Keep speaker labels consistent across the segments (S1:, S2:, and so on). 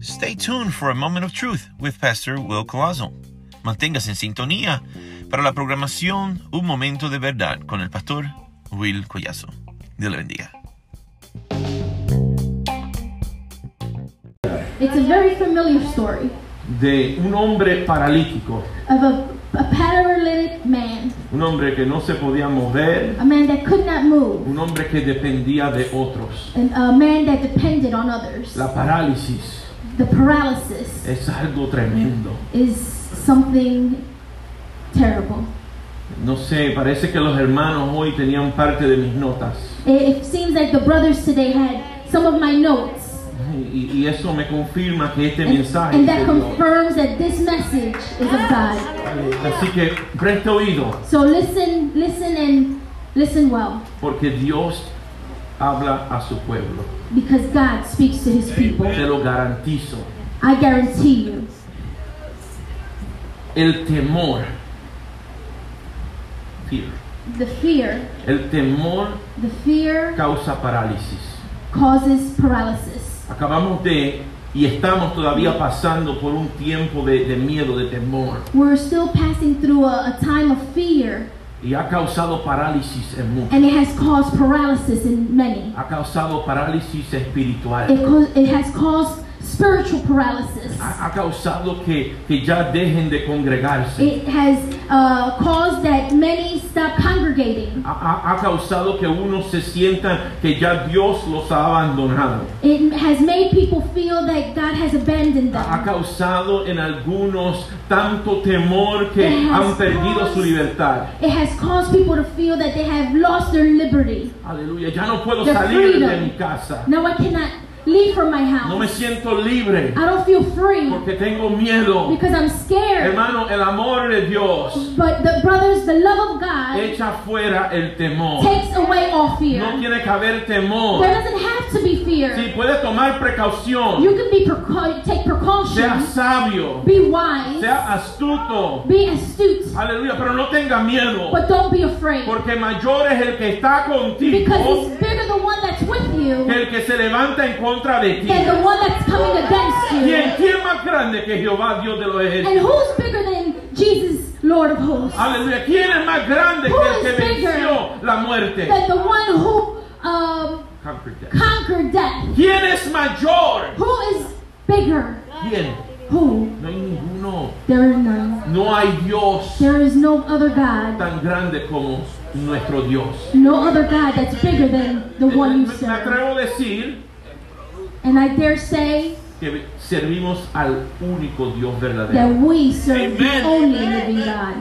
S1: Stay tuned for a moment of truth with Pastor Will Colossal. Manténgase en sintonía para la programación Un Momento de Verdad con el pastor Will Collazo. Dios le bendiga.
S2: It's a very familiar story
S3: de un hombre paralítico,
S2: of a, a paralytic man,
S3: un hombre que no se podía mover,
S2: a man that could not move,
S3: un hombre que dependía de otros.
S2: and a man that depended on others.
S3: La parálisis
S2: The paralysis
S3: es algo tremendo.
S2: is something terrible.
S3: No sé, parece que los hermanos hoy tenían parte de mis notas
S2: It, it seems like the brothers today had some of my notes,
S3: y, y eso me confirma que este
S2: and,
S3: mensaje
S2: and
S3: es de
S2: that
S3: Dios.
S2: confirms that this message is of God.
S3: Así que preste oído,
S2: So listen, listen, and listen well,
S3: porque Dios habla a su pueblo.
S2: because God speaks to His people.
S3: Te lo garantizo.
S2: I guarantee you.
S3: El temor, fear,
S2: The fear,
S3: el temor
S2: the fear
S3: causa parálisis.
S2: causes paralysis.
S3: Acabamos de y estamos todavía pasando por un tiempo de, de miedo, de temor.
S2: We're still passing through a, a time of fear,
S3: Y ha causado parálisis en muchos.
S2: and it has caused paralysis in many.
S3: Ha causado parálisis espiritual.
S2: It, co- it has caused spiritual paralysis.
S3: Ha, ha causado que, que ya dejen de congregarse.
S2: It has uh, caused that many stop congregating.
S3: Ha, ha- ha causado que unos se sientan que ya Dios los ha abandonado.
S2: It has made people feel that God has abandoned
S3: Ha, ha
S2: them.
S3: causado en algunos tanto temor que han perdido su libertad.
S2: It has caused people to feel that they have lost their liberty.
S3: Aleluya, ya no puedo
S2: The
S3: salir de
S2: freedom.
S3: mi casa.
S2: Now I cannot leave from my
S3: No me
S2: house.
S3: siento libre
S2: I don't feel free
S3: porque tengo miedo.
S2: because I'm scared.
S3: Hermano, el amor de Dios
S2: But the brothers, the love of God
S3: echa fuera el temor.
S2: takes away all
S3: No
S2: fear.
S3: tiene que haber temor.
S2: There doesn't have to be
S3: Si
S2: fear.
S3: puedes tomar
S2: You
S3: precaución,
S2: can be precau- take
S3: sea
S2: precautions,
S3: sabio,
S2: be wise,
S3: sea astuto.
S2: be astute,
S3: Aleluya, pero no tenga miedo,
S2: but don't be afraid.
S3: porque mayor es el que está
S2: Because
S3: contigo
S2: it's bigger the one that's with
S3: que
S2: you
S3: el que se levanta en contra de ti.
S2: than the one that's coming against
S3: ¿Quién,
S2: you.
S3: quién más grande que Jehová, Dios de los
S2: And
S3: ejércitos?
S2: who's bigger than Jesus, Lord of hosts?
S3: Aleluya, ¿quién es más grande que el que venció la muerte?
S2: Than the one who um, conquered death.
S3: ¿Quién es mayor?
S2: Who is bigger?
S3: ¿Quién?
S2: Who?
S3: No hay ninguno.
S2: There is none.
S3: No hay Dios
S2: There is no other God.
S3: tan grande como nuestro Dios.
S2: No other God that's bigger than the one you
S3: Me me
S2: serve.
S3: atrevo a decir
S2: And I dare say
S3: que servimos al único Dios verdadero.
S2: that we serve the
S1: Amen.
S2: only living God.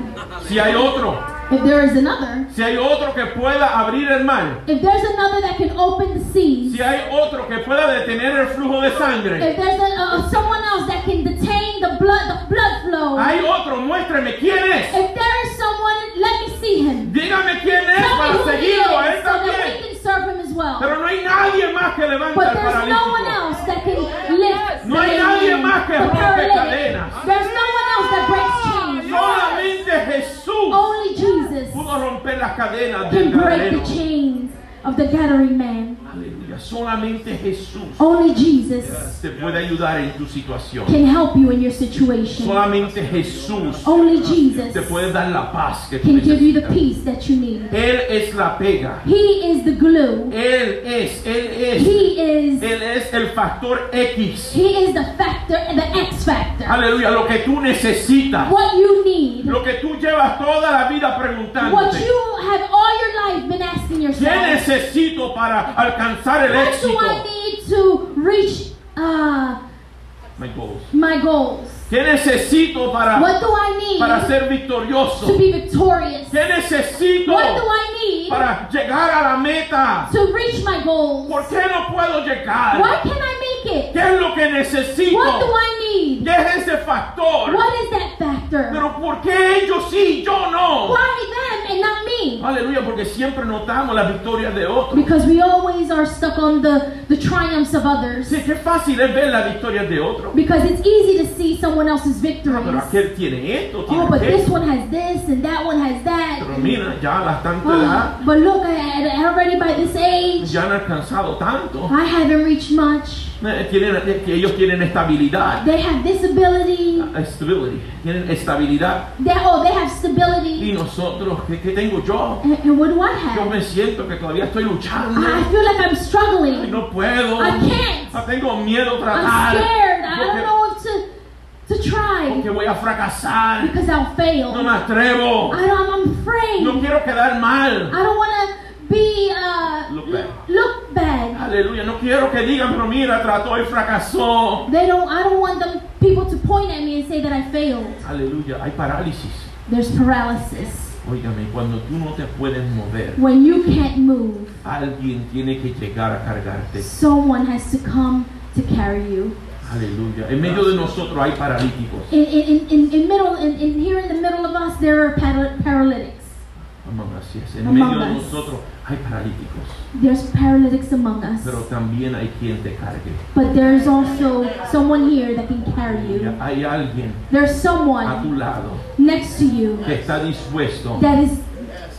S3: Si hay otro,
S2: If there is another,
S3: si hay otro que pueda abrir el mar,
S2: if there's another that can open the seas,
S3: si hay otro que pueda detener el flujo de sangre,
S2: if there's a, a, someone else that can detain the blood, the blood flow,
S3: hay otro, muéstrame quién es.
S2: if there is someone, let me see him.
S3: Dígame quién es
S2: Tell me
S3: para
S2: who he is
S3: seguirlo a él
S2: so that
S3: también.
S2: we can serve him as well.
S3: Pero no hay nadie más que levanta
S2: But
S3: el
S2: there's no one
S3: paralítico.
S2: else that can lift
S3: No hay
S2: the
S3: nadie más que
S2: the
S3: rompe
S2: paralytic.
S3: cadenas. Ah,
S2: There's no one else that breaks chains.
S3: Solamente Jesús
S2: Only Jesus
S3: pudo romper las cadenas del
S2: can break
S3: Gadareno.
S2: the chains of the Gathering man.
S3: Aleluya. Solamente Jesús
S2: Only Jesus
S3: te puede ayudar en tu situación.
S2: Oh. can help you in your situation.
S3: Solamente Jesús
S2: Only
S3: te
S2: Jesus
S3: puede dar la paz que tú
S2: can give you the
S3: necesitas.
S2: peace that you need.
S3: Él es la pega.
S2: He is the glue.
S3: Él es, Él es,
S2: He is
S3: Él es el factor X.
S2: He is the factor and the X factor.
S3: Aleluya, lo que tú necesitas,
S2: What you need.
S3: lo que tú llevas toda la vida
S2: What
S3: preguntándote.
S2: you have all your life been asking
S3: ¿Qué
S2: yourself.
S3: necesito para alcanzar el
S2: What do
S3: éxito?
S2: I need to reach uh,
S3: My goals.
S2: my goals?
S3: ¿Qué necesito para,
S2: What do I
S3: para
S2: need
S3: ser
S2: to
S3: victorioso?
S2: be victorious?
S3: ¿Qué necesito
S2: What do I need
S3: para llegar a la meta?
S2: to reach my goals?
S3: ¿Por qué no puedo
S2: Why
S3: llegar?
S2: can I make it?
S3: ¿Qué es lo que necesito?
S2: What do I need?
S3: ¿Qué es ese factor?
S2: What is that factor?
S3: Pero ¿por qué ellos sí y yo no?
S2: Why them and not me.
S3: Aleluya, porque siempre notamos las victorias de otros.
S2: Because we always are stuck on the, the triumphs of others.
S3: Sí, qué fácil es ver las victorias de otros.
S2: Because it's easy to see someone else's
S3: Pero
S2: victories.
S3: aquel tiene esto, tiene
S2: Oh, but this
S3: aquello.
S2: one has this and that one has
S3: Pero
S2: that.
S3: mira, ya a la tanta edad,
S2: Oh, but look, I, I- already by this age,
S3: ya han alcanzado tanto.
S2: I haven't reached much.
S3: Eh, Tienen, eh, que ellos tienen estabilidad.
S2: They have this ability.
S3: Stability. Tienen estabilidad.
S2: They, oh, they have
S3: Y
S2: stability.
S3: nosotros, ¿qué, qué tengo yo?
S2: And, and what do I
S3: Yo
S2: have?
S3: me siento que todavía estoy luchando.
S2: I feel like I'm
S3: Ay,
S2: struggling.
S3: no puedo.
S2: I can't.
S3: Ah, Tengo miedo a
S2: I'm
S3: tratar.
S2: scared. I don't
S3: Porque-
S2: know if to, to try
S3: Porque voy a fracasar.
S2: because I'll fail.
S3: No me
S2: I
S3: atrevo.
S2: don't, I'm afraid.
S3: No quiero quedar mal.
S2: I don't want to be uh,
S3: Look bad.
S2: look bad.
S3: Aleluya. No quiero que digan, pero mira, trató y fracasó.
S2: They don't. I don't want them people to point at me and say that I failed.
S3: Aleluya. Hay parálisis.
S2: There's paralysis
S3: Óigame, cuando tú no te puedes mover,
S2: when you can't move.
S3: alguien tiene que llegar a cargarte.
S2: Someone has to come to carry you.
S3: Aleluya. En medio de nosotros hay paralíticos.
S2: In in, in, in, in middle in, in here in the middle of us there are para- paralytics.
S3: Amén, así es. En
S2: Among
S3: medio de
S2: us.
S3: nosotros hay paralíticos.
S2: There's paralytics among us.
S3: Pero también hay quien te cargue.
S2: But there's also someone here that can carry you.
S3: Ya Hay alguien
S2: There's
S3: a
S2: someone
S3: tu lado
S2: next to you
S3: que está dispuesto,
S2: that is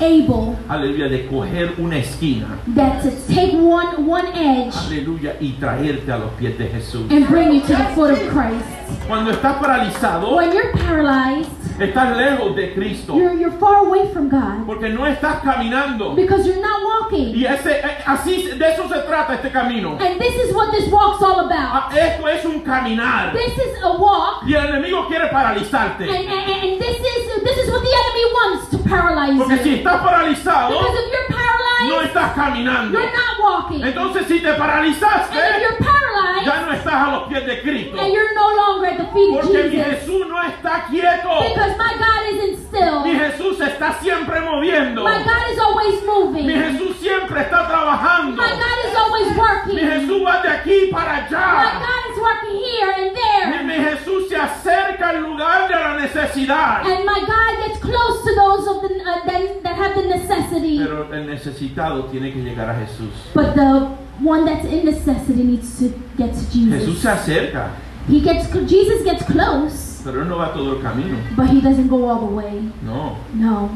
S2: able
S3: aleluya, de coger una esquina,
S2: that to take one one edge
S3: aleluya, y traerte a los pies de Jesús.
S2: and bring you to the foot of Christ.
S3: Cuando estás paralizado,
S2: When you're paralyzed,
S3: estás lejos de Cristo,
S2: you're you're far away from God
S3: porque no estás caminando.
S2: because you're not walking.
S3: Y ese, eh, así, de eso se trata este camino.
S2: And this is what this walk's all about.
S3: Ah, Esto es un caminar.
S2: This is a walk,
S3: Y el enemigo quiere
S2: and, and,
S3: paralizarte.
S2: and this is this is what the enemy wants to paralyze
S3: Porque si
S2: you.
S3: estás paralizado,
S2: Because if you're
S3: no
S2: paralyzed,
S3: estás caminando.
S2: you're not walking. And
S3: Entonces si te paralizaste,
S2: if you're
S3: ya
S2: paralyzed,
S3: no estás a los pies de Cristo.
S2: and you're no longer at the feet of
S3: Porque mi
S2: Jesus,
S3: Jesús no está quieto.
S2: because my God isn't still.
S3: Mi Jesús se está siempre moviendo.
S2: My God is always
S3: Mi
S2: moving.
S3: Jesús siempre está trabajando.
S2: My God is always
S3: Mi
S2: working.
S3: Jesús va de aquí para
S2: My
S3: allá.
S2: God is working here and
S3: Mi,
S2: there.
S3: mi Jesús se acerca al lugar de la necesidad.
S2: And my God gets close to those of the, uh, that, that have the necessity.
S3: Pero el necesitado tiene que llegar a Jesús.
S2: But the one that's in necessity needs to get to
S3: Jesús
S2: Jesus.
S3: se acerca,
S2: He gets Jesus gets close,
S3: pero él no va todo el camino.
S2: but he doesn't go all the way.
S3: No,
S2: No.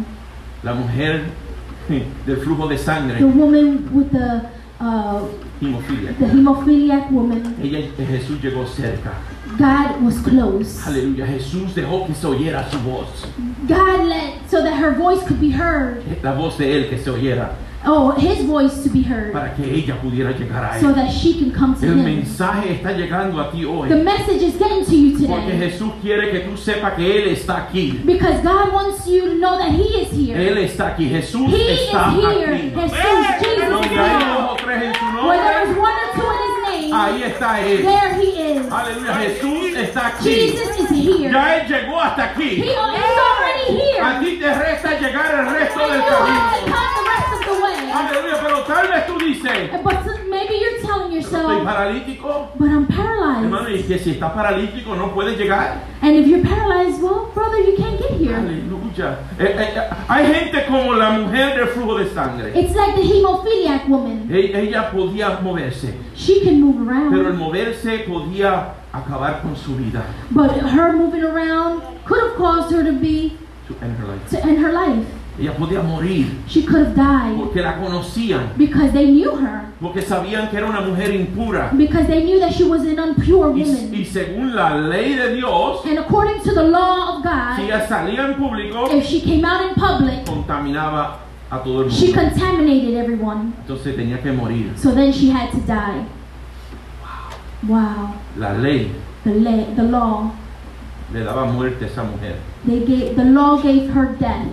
S3: la mujer del flujo de
S2: The
S3: sangre,
S2: woman with the uh,
S3: hemofilia.
S2: the hemophiliac woman,
S3: Ella, Jesús llegó cerca.
S2: God was close.
S3: Aleluya. Jesús dejó que se oyera su voz.
S2: God let so that her voice could be heard.
S3: La voz de él que se oyera
S2: Oh, his voice to be heard,
S3: para que ella pudiera llegar a
S2: so
S3: él.
S2: that she can come to
S3: El
S2: him.
S3: mensaje está llegando a ti
S2: The
S3: hoy.
S2: message is getting to you
S3: Porque
S2: today.
S3: Jesús quiere que tú sepas que Él está aquí.
S2: Because God wants you to know that He is here.
S3: Él está aquí. Jesús
S2: He is
S3: está
S2: here.
S3: aquí.
S2: Jesus, Jesus
S3: Donde
S2: is
S3: hay
S2: here.
S3: dos o tres en su
S2: Where there is
S3: nombre,
S2: one or two in His name,
S3: ahí está Él.
S2: there He is.
S3: Aleluya, Jesús está aquí.
S2: Jesus is here.
S3: Ya Él llegó hasta
S2: He
S3: aquí.
S2: is already
S3: A
S2: here.
S3: ti te resta llegar el resto
S2: And
S3: del
S2: you have to
S3: camino.
S2: come the rest of the way.
S3: Aleluya, pero tal vez tú dices,
S2: But so- maybe you're telling
S3: estoy
S2: yourself,
S3: paralítico.
S2: but I'm
S3: Hermano,
S2: paralyzed.
S3: y que si estás paralítico no puedes llegar.
S2: And if you're paralyzed, well, brother, you can't get here.
S3: Aleluya. Eh, eh, eh, hay gente como la mujer del flujo de sangre.
S2: It's like the hemophiliac woman.
S3: E- Ella podía moverse,
S2: She can move
S3: pero el
S2: around,
S3: moverse podía acabar con su vida.
S2: but her moving around could have caused her to be
S3: To end her life.
S2: to end her life.
S3: Ella podía morir
S2: She could have died
S3: porque la conocían,
S2: because they knew her,
S3: porque sabían que era una mujer impura.
S2: because they knew that she was an unpure
S3: Y,
S2: woman.
S3: y según la ley de Dios,
S2: And according to the law of
S3: si
S2: God,
S3: ella salía en público,
S2: if she came out in public,
S3: contaminaba a todo el
S2: she
S3: mundo.
S2: contaminated everyone.
S3: Entonces tenía que morir.
S2: So then she had to die. Wow.
S3: La ley
S2: The, la- the law.
S3: le daba muerte a esa mujer,
S2: They gave, the law gave her death,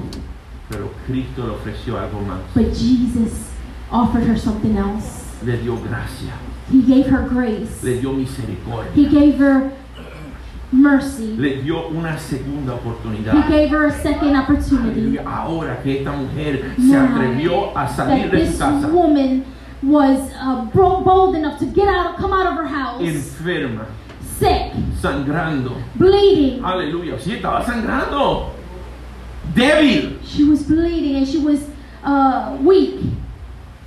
S3: pero Cristo le ofreció algo más.
S2: but Jesus offered her something else.
S3: Le dio gracia,
S2: He gave her grace.
S3: le dio
S2: He
S3: misericordia,
S2: gave her mercy.
S3: le dio una segunda
S2: He
S3: oportunidad.
S2: gave her a second opportunity.
S3: Aleluya. Ahora que esta mujer se
S2: Now
S3: atrevió a
S2: that
S3: salir de su
S2: this
S3: casa
S2: woman was uh, bro- bold enough to get out, come out of her house,
S3: enferma,
S2: sick,
S3: sangrando.
S2: bleeding.
S3: Aleluya, sí, estaba sangrando. débil,
S2: She was bleeding and she was uh, weak,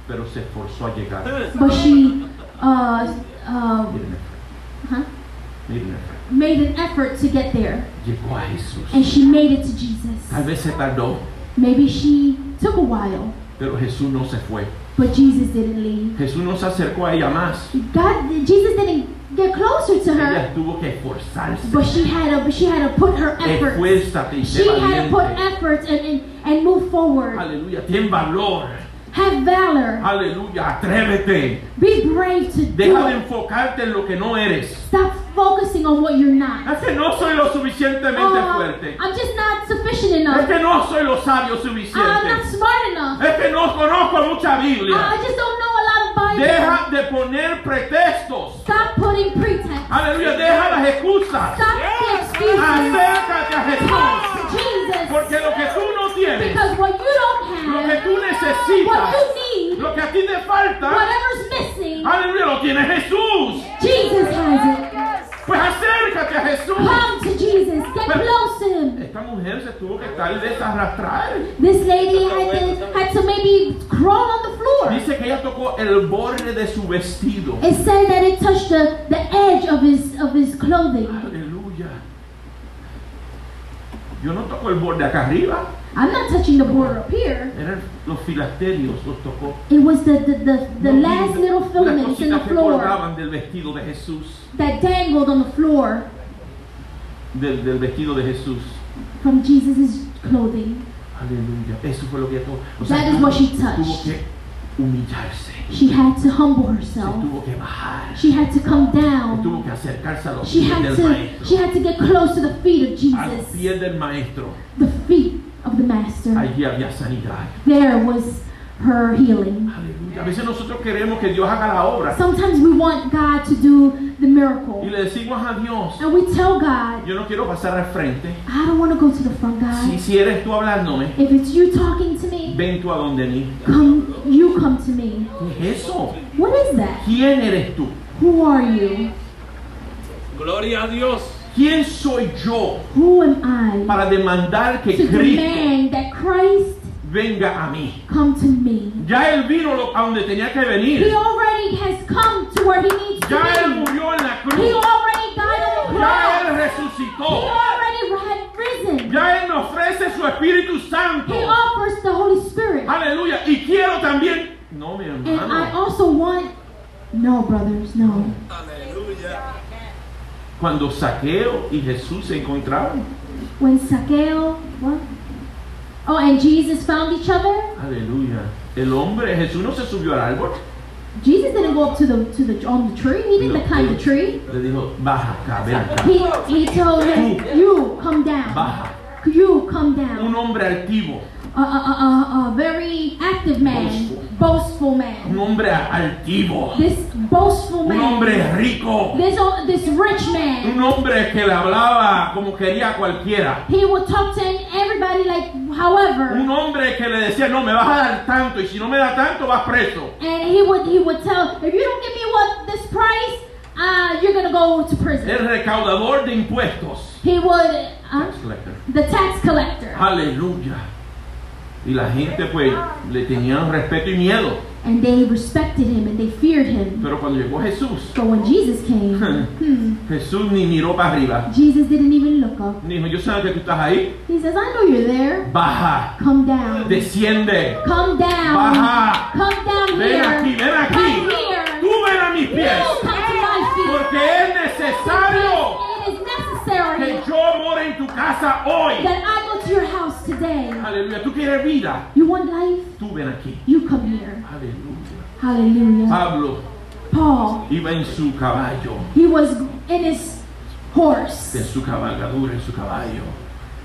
S3: pero se esforzó a llegar.
S2: but she uh, uh,
S3: Miren Efraín,
S2: huh,
S3: miren Efraín.
S2: made an effort to get there,
S3: Llegó a
S2: and
S3: Jesús.
S2: she made it to
S3: Tal
S2: Jesus.
S3: vez se tardó,
S2: Maybe she took a while,
S3: pero Jesús no se fue.
S2: but Jesus didn't leave.
S3: Jesús no se acercó a ella más.
S2: God, Jesus didn't get closer to her,
S3: Ella tuvo que esforzarse.
S2: but she had to, she had to put her effort.
S3: Esfuérzate y sé
S2: She had to put
S3: valiente.
S2: effort and, and, and move forward.
S3: Aleluya, ten valor.
S2: Have valor.
S3: Aleluya, atrévete.
S2: Be brave to do
S3: Deja de
S2: it.
S3: enfocarte en lo que no eres.
S2: Stop focusing on what you're not.
S3: Es que no soy lo suficientemente
S2: Oh,
S3: fuerte.
S2: I'm just not sufficient
S3: Es
S2: enough.
S3: que no soy lo
S2: I'm
S3: sabio
S2: not
S3: suficiente.
S2: smart enough.
S3: Es que no conozco mucha
S2: I
S3: Biblia.
S2: I just don't know a lot of Bible.
S3: Deja de poner pretextos.
S2: Stop putting pretext.
S3: Aleluya, deja las excusas.
S2: Stop the excuses.
S3: Acércate a
S2: Talk to
S3: Jesús. Porque
S2: Jesus.
S3: lo que tú no tienes,
S2: Because what you don't
S3: lo que
S2: have,
S3: tú necesitas,
S2: what you need,
S3: lo que Ah. a ti te falta,
S2: whatever's missing,
S3: aleluya, lo tiene Jesús.
S2: Jesus has it.
S3: Pues acércate a Jesús.
S2: Come to Jesus. Get close to Him.
S3: Esta mujer se tuvo que tal vez arrastrar.
S2: This lady had to, had to maybe crawl on the floor.
S3: Dice que ella tocó el borde de su vestido.
S2: It said that it touched the, the edge of his of his clothing.
S3: Aleluya. Yo no toco el borde acá arriba.
S2: I'm not touching the border up here.
S3: Eran los filasterios los tocó.
S2: It was the the, the, the
S3: No,
S2: last
S3: mira,
S2: little
S3: Las
S2: filaments in the
S3: cositas que
S2: floor
S3: colgaban del vestido de Jesús.
S2: that dangled on the floor
S3: Del, del vestido de Jesús.
S2: from Jesus' clothing.
S3: Aleluya. Eso fue lo que ella tocó. O
S2: That is what she
S3: tuvo
S2: touched.
S3: que humillarse.
S2: She had to humble
S3: Se
S2: herself.
S3: tuvo que bajar.
S2: She had to come
S3: Se
S2: down.
S3: tuvo que acercarse a los
S2: She
S3: pies
S2: had
S3: del
S2: to she
S3: maestro.
S2: had to get close to the feet of
S3: A los
S2: Jesus,
S3: pies del maestro.
S2: the feet of the Master.
S3: Allí había sanidad.
S2: There was her healing.
S3: Aleluya. A veces nosotros queremos que Dios haga la obra
S2: Sometimes we want God to do the
S3: y
S2: miracle,
S3: le decimos a Dios,
S2: and we tell God.
S3: yo no quiero pasar al frente.
S2: I don't want to go to the front,
S3: Si,
S2: God.
S3: si eres tú hablándome,
S2: If it's you talking to me,
S3: ven tú a donde mí.
S2: come, you come to me.
S3: ¿Qué es eso?
S2: What is that?
S3: ¿Quién eres tú?
S2: Who are you?
S4: Gloria a Dios.
S3: ¿Quién soy yo
S2: Who am I
S3: para demandar que
S2: to
S3: Cristo
S2: demand that Christ
S3: venga a mí?
S2: come to me?
S3: Ya Él vino lo- a donde tenía que
S2: He
S3: venir.
S2: already has come to where he needs
S3: Ya Él
S2: to
S3: murió en la
S2: be. He
S3: cruz.
S2: already died on the
S3: Ya Él
S2: cross. He
S3: resucitó.
S2: already had risen.
S3: Ya Él nos ofrece su Espíritu Santo.
S2: He offers the Holy Spirit.
S3: Aleluya. Y quiero también... No, mi
S2: And I
S3: hermano.
S2: also want. No, brothers, no.
S4: Aleluya.
S3: Cuando Saqueo y Jesús se encontraban,
S2: When Zacchaeus, what? Oh, and Jesus found each other.
S3: aleluya, el hombre, Jesús no se subió al árbol,
S2: Jesus didn't go up to the to the on the tree. He didn't climb the tree.
S3: le dijo, baja acá, ven acá,
S2: He he told him, "You come down.
S3: baja.
S2: You come down."
S3: Un hombre altivo,
S2: A, a, a, a, a very active man, boastful
S3: un
S2: man.
S3: hombre altivo,
S2: This boastful
S3: un
S2: man.
S3: hombre rico,
S2: This o- this rich man.
S3: un hombre que le hablaba como quería a cualquiera,
S2: He would talk to everybody like however,
S3: un hombre que le decía, no, me vas a dar tanto y si no me da tanto vas preso.
S2: and he would he would tell, "If you don't give me what this price, uh, you're gonna go to prison."
S3: El recaudador de impuestos.
S2: He would uh,
S3: Tax collector.
S2: the tax collector.
S3: Aleluya. Y la gente pues le tenían respeto y miedo.
S2: And they respected him and they feared him.
S3: Pero cuando llegó Jesús,
S2: But when Jesus came, hmm,
S3: Jesús ni miró para arriba.
S2: Jesus didn't even look up.
S3: Ni dijo, yo sé que tú estás ahí.
S2: He says, I know you're there.
S3: Baja,
S2: Come down.
S3: desciende,
S2: Come down.
S3: baja.
S2: Come down
S3: Ven aquí,
S2: here.
S3: ven aquí.
S2: Come here.
S3: Tú ven a mis
S2: You
S3: pies.
S2: come to my feet.
S3: Porque es
S2: Because
S3: necesario
S2: It is
S3: que
S2: necessary
S3: yo more en tu casa hoy.
S2: that I go to your house today.
S3: Aleluya. Tú quieres vida.
S2: You want life?
S3: Tú ven aquí.
S2: You come here.
S3: Aleluya.
S2: Hallelujah.
S3: Pablo
S2: Paul,
S3: iba en su caballo,
S2: he was in his
S3: en
S2: horse.
S3: su cabalgadura, en su caballo.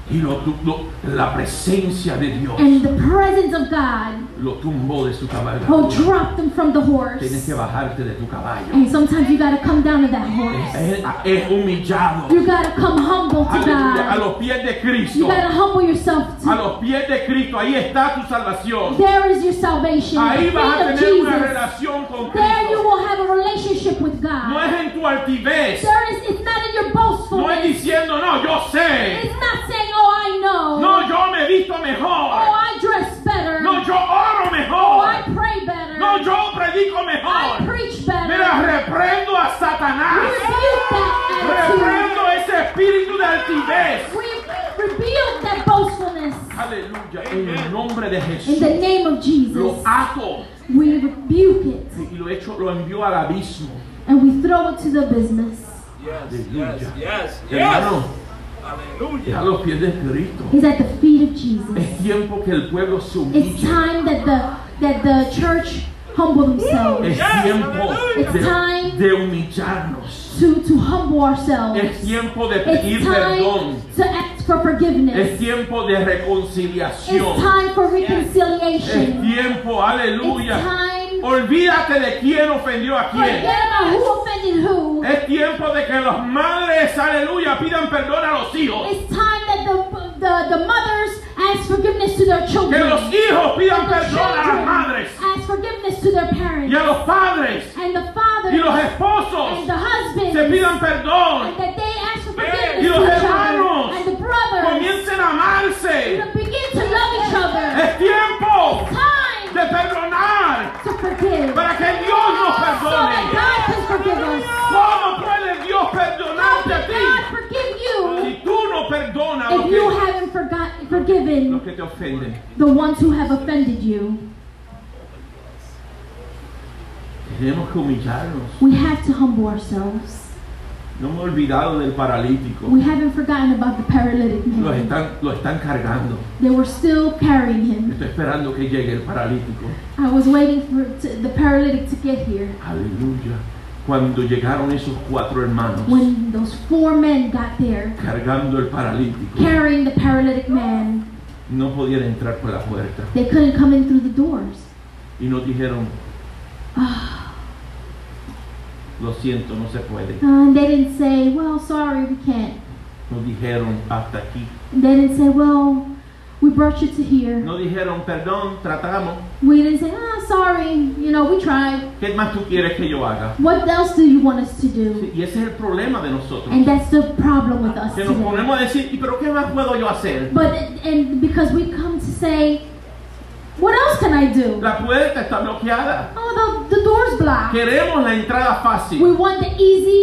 S3: Y lo, tu- lo- la presencia de Dios
S2: And the presence of God
S3: lo tumbó de su
S2: will
S3: cabalgadura.
S2: drop them from the
S3: Tienes
S2: horse.
S3: que bajarte de tu caballo.
S2: And sometimes you gotta come down to that horse.
S3: Es, es humillado.
S2: You gotta come humble to
S3: Aleluya.
S2: God.
S3: A los pies de
S2: You
S3: Cristo.
S2: gotta humble yourself
S3: A
S2: to
S3: los pies de Cristo. Ahí está tu salvación.
S2: There is your salvation. The
S3: Ahí
S2: feet
S3: vas a
S2: of
S3: tener una
S2: Jesus.
S3: relación con
S2: There you
S3: Cristo.
S2: will have a relationship with
S3: No
S2: God.
S3: es en tu altivez.
S2: There is, it's not in your
S3: No es
S2: boastfulness.
S3: diciendo, no, yo sé.
S2: It's not saying, oh, I know.
S3: No, yo me visto
S2: Oh,
S3: mejor.
S2: I dress better.
S3: No, yo oro
S2: Oh,
S3: mejor.
S2: I pray better.
S3: No, yo predico
S2: I
S3: mejor.
S2: preach better.
S3: Mira, reprendo a Satanás.
S2: Rebuke that attitude.
S3: Reprendo ese espíritu de altivez.
S2: We rebuke that boastfulness.
S3: Aleluya. En el nombre de
S2: In
S3: Jesús.
S2: the name of
S3: Lo
S2: Jesus,
S3: ato
S2: we rebuke it
S3: y lo echo, lo envío al abismo.
S2: and we throw it to the business.
S4: Yes, yes,
S3: Aleluya.
S4: yes,
S3: Hermano,
S4: yes.
S3: a
S4: Aleluya.
S3: los pies de Cristo.
S2: He's at the feet of Jesus.
S3: Es tiempo que el pueblo se
S2: It's
S3: humille.
S2: time that the that the church humble themselves
S3: Es tiempo de,
S2: Time.
S3: de humillarnos.
S2: to to humble ourselves.
S3: Es tiempo de pedir
S2: It's time
S3: perdón.
S2: to act for
S3: Es
S2: forgiveness.
S3: tiempo de
S2: It's
S3: reconciliación.
S2: time for
S3: Es
S2: reconciliation.
S3: tiempo,
S2: It's
S3: aleluya.
S2: time.
S3: Olvídate de quién ofendió a
S2: Forget
S3: quién.
S2: about who offended who.
S3: Es tiempo de que los madres, aleluya, pidan perdón a los hijos.
S2: It's time that the the, the mothers ask forgiveness to their
S3: Que
S2: children.
S3: los hijos pidan
S2: And the
S3: perdón a las
S2: children
S3: madres.
S2: Ask forgiveness to their
S3: Y
S2: parents.
S3: a los padres
S2: And the fathers
S3: y los
S2: and
S3: esposos
S2: the husbands.
S3: se pidan perdón.
S2: and that they ask for
S3: Y
S2: forgiveness
S3: los
S2: to each
S3: hermanos.
S2: other. And the brothers.
S3: Comiencen a amarse.
S2: To begin to love each other.
S3: Es tiempo
S2: Time
S3: de perdonar
S2: to forgive.
S3: para que Dios nos
S2: So that
S3: perdone.
S2: God can forgive us.
S3: ¿Cómo puede Dios
S2: How
S3: perdonarte a
S2: can
S3: ti
S2: God forgive you
S3: si tú no perdonas lo
S2: if you
S3: que,
S2: haven't forgotten,
S3: lo
S2: forgiven
S3: que te ofende?
S2: the ones who have offended you?
S3: Tenemos que humillarnos.
S2: We have to humble ourselves.
S3: No me he olvidado del paralítico.
S2: We haven't forgotten about the paralytic
S3: Lo
S2: man.
S3: están, lo están cargando.
S2: They were still carrying him.
S3: Estoy esperando que llegue el paralítico.
S2: I was waiting for to, the paralytic to get here.
S3: Aleluya. Cuando llegaron esos cuatro hermanos
S2: When those four men got there,
S3: cargando el paralítico,
S2: carrying the paralytic man,
S3: no podían entrar por la puerta.
S2: they couldn't come in through the doors.
S3: Y nos dijeron,
S2: Ah,
S3: lo siento, no se puede.
S2: Uh, and they didn't say, well, sorry, we can't.
S3: Nos dijeron, hasta aquí.
S2: They didn't say, well, we brought you to here.
S3: No dijeron, perdón, tratamos.
S2: We didn't say, ah, sorry, you know, we tried.
S3: ¿Qué más tú quieres que yo haga?
S2: What else do you want us to do?
S3: Sí, Y ese es el problema de nosotros.
S2: And that's the problem with us
S3: Que nos
S2: today.
S3: ponemos a decir, "¿Y pero qué más puedo yo hacer?
S2: But, and because we come to say, what else can I do?
S3: La puerta está bloqueada.
S2: Oh, the, the door's blocked.
S3: Queremos la entrada
S2: We
S3: fácil.
S2: want the easy,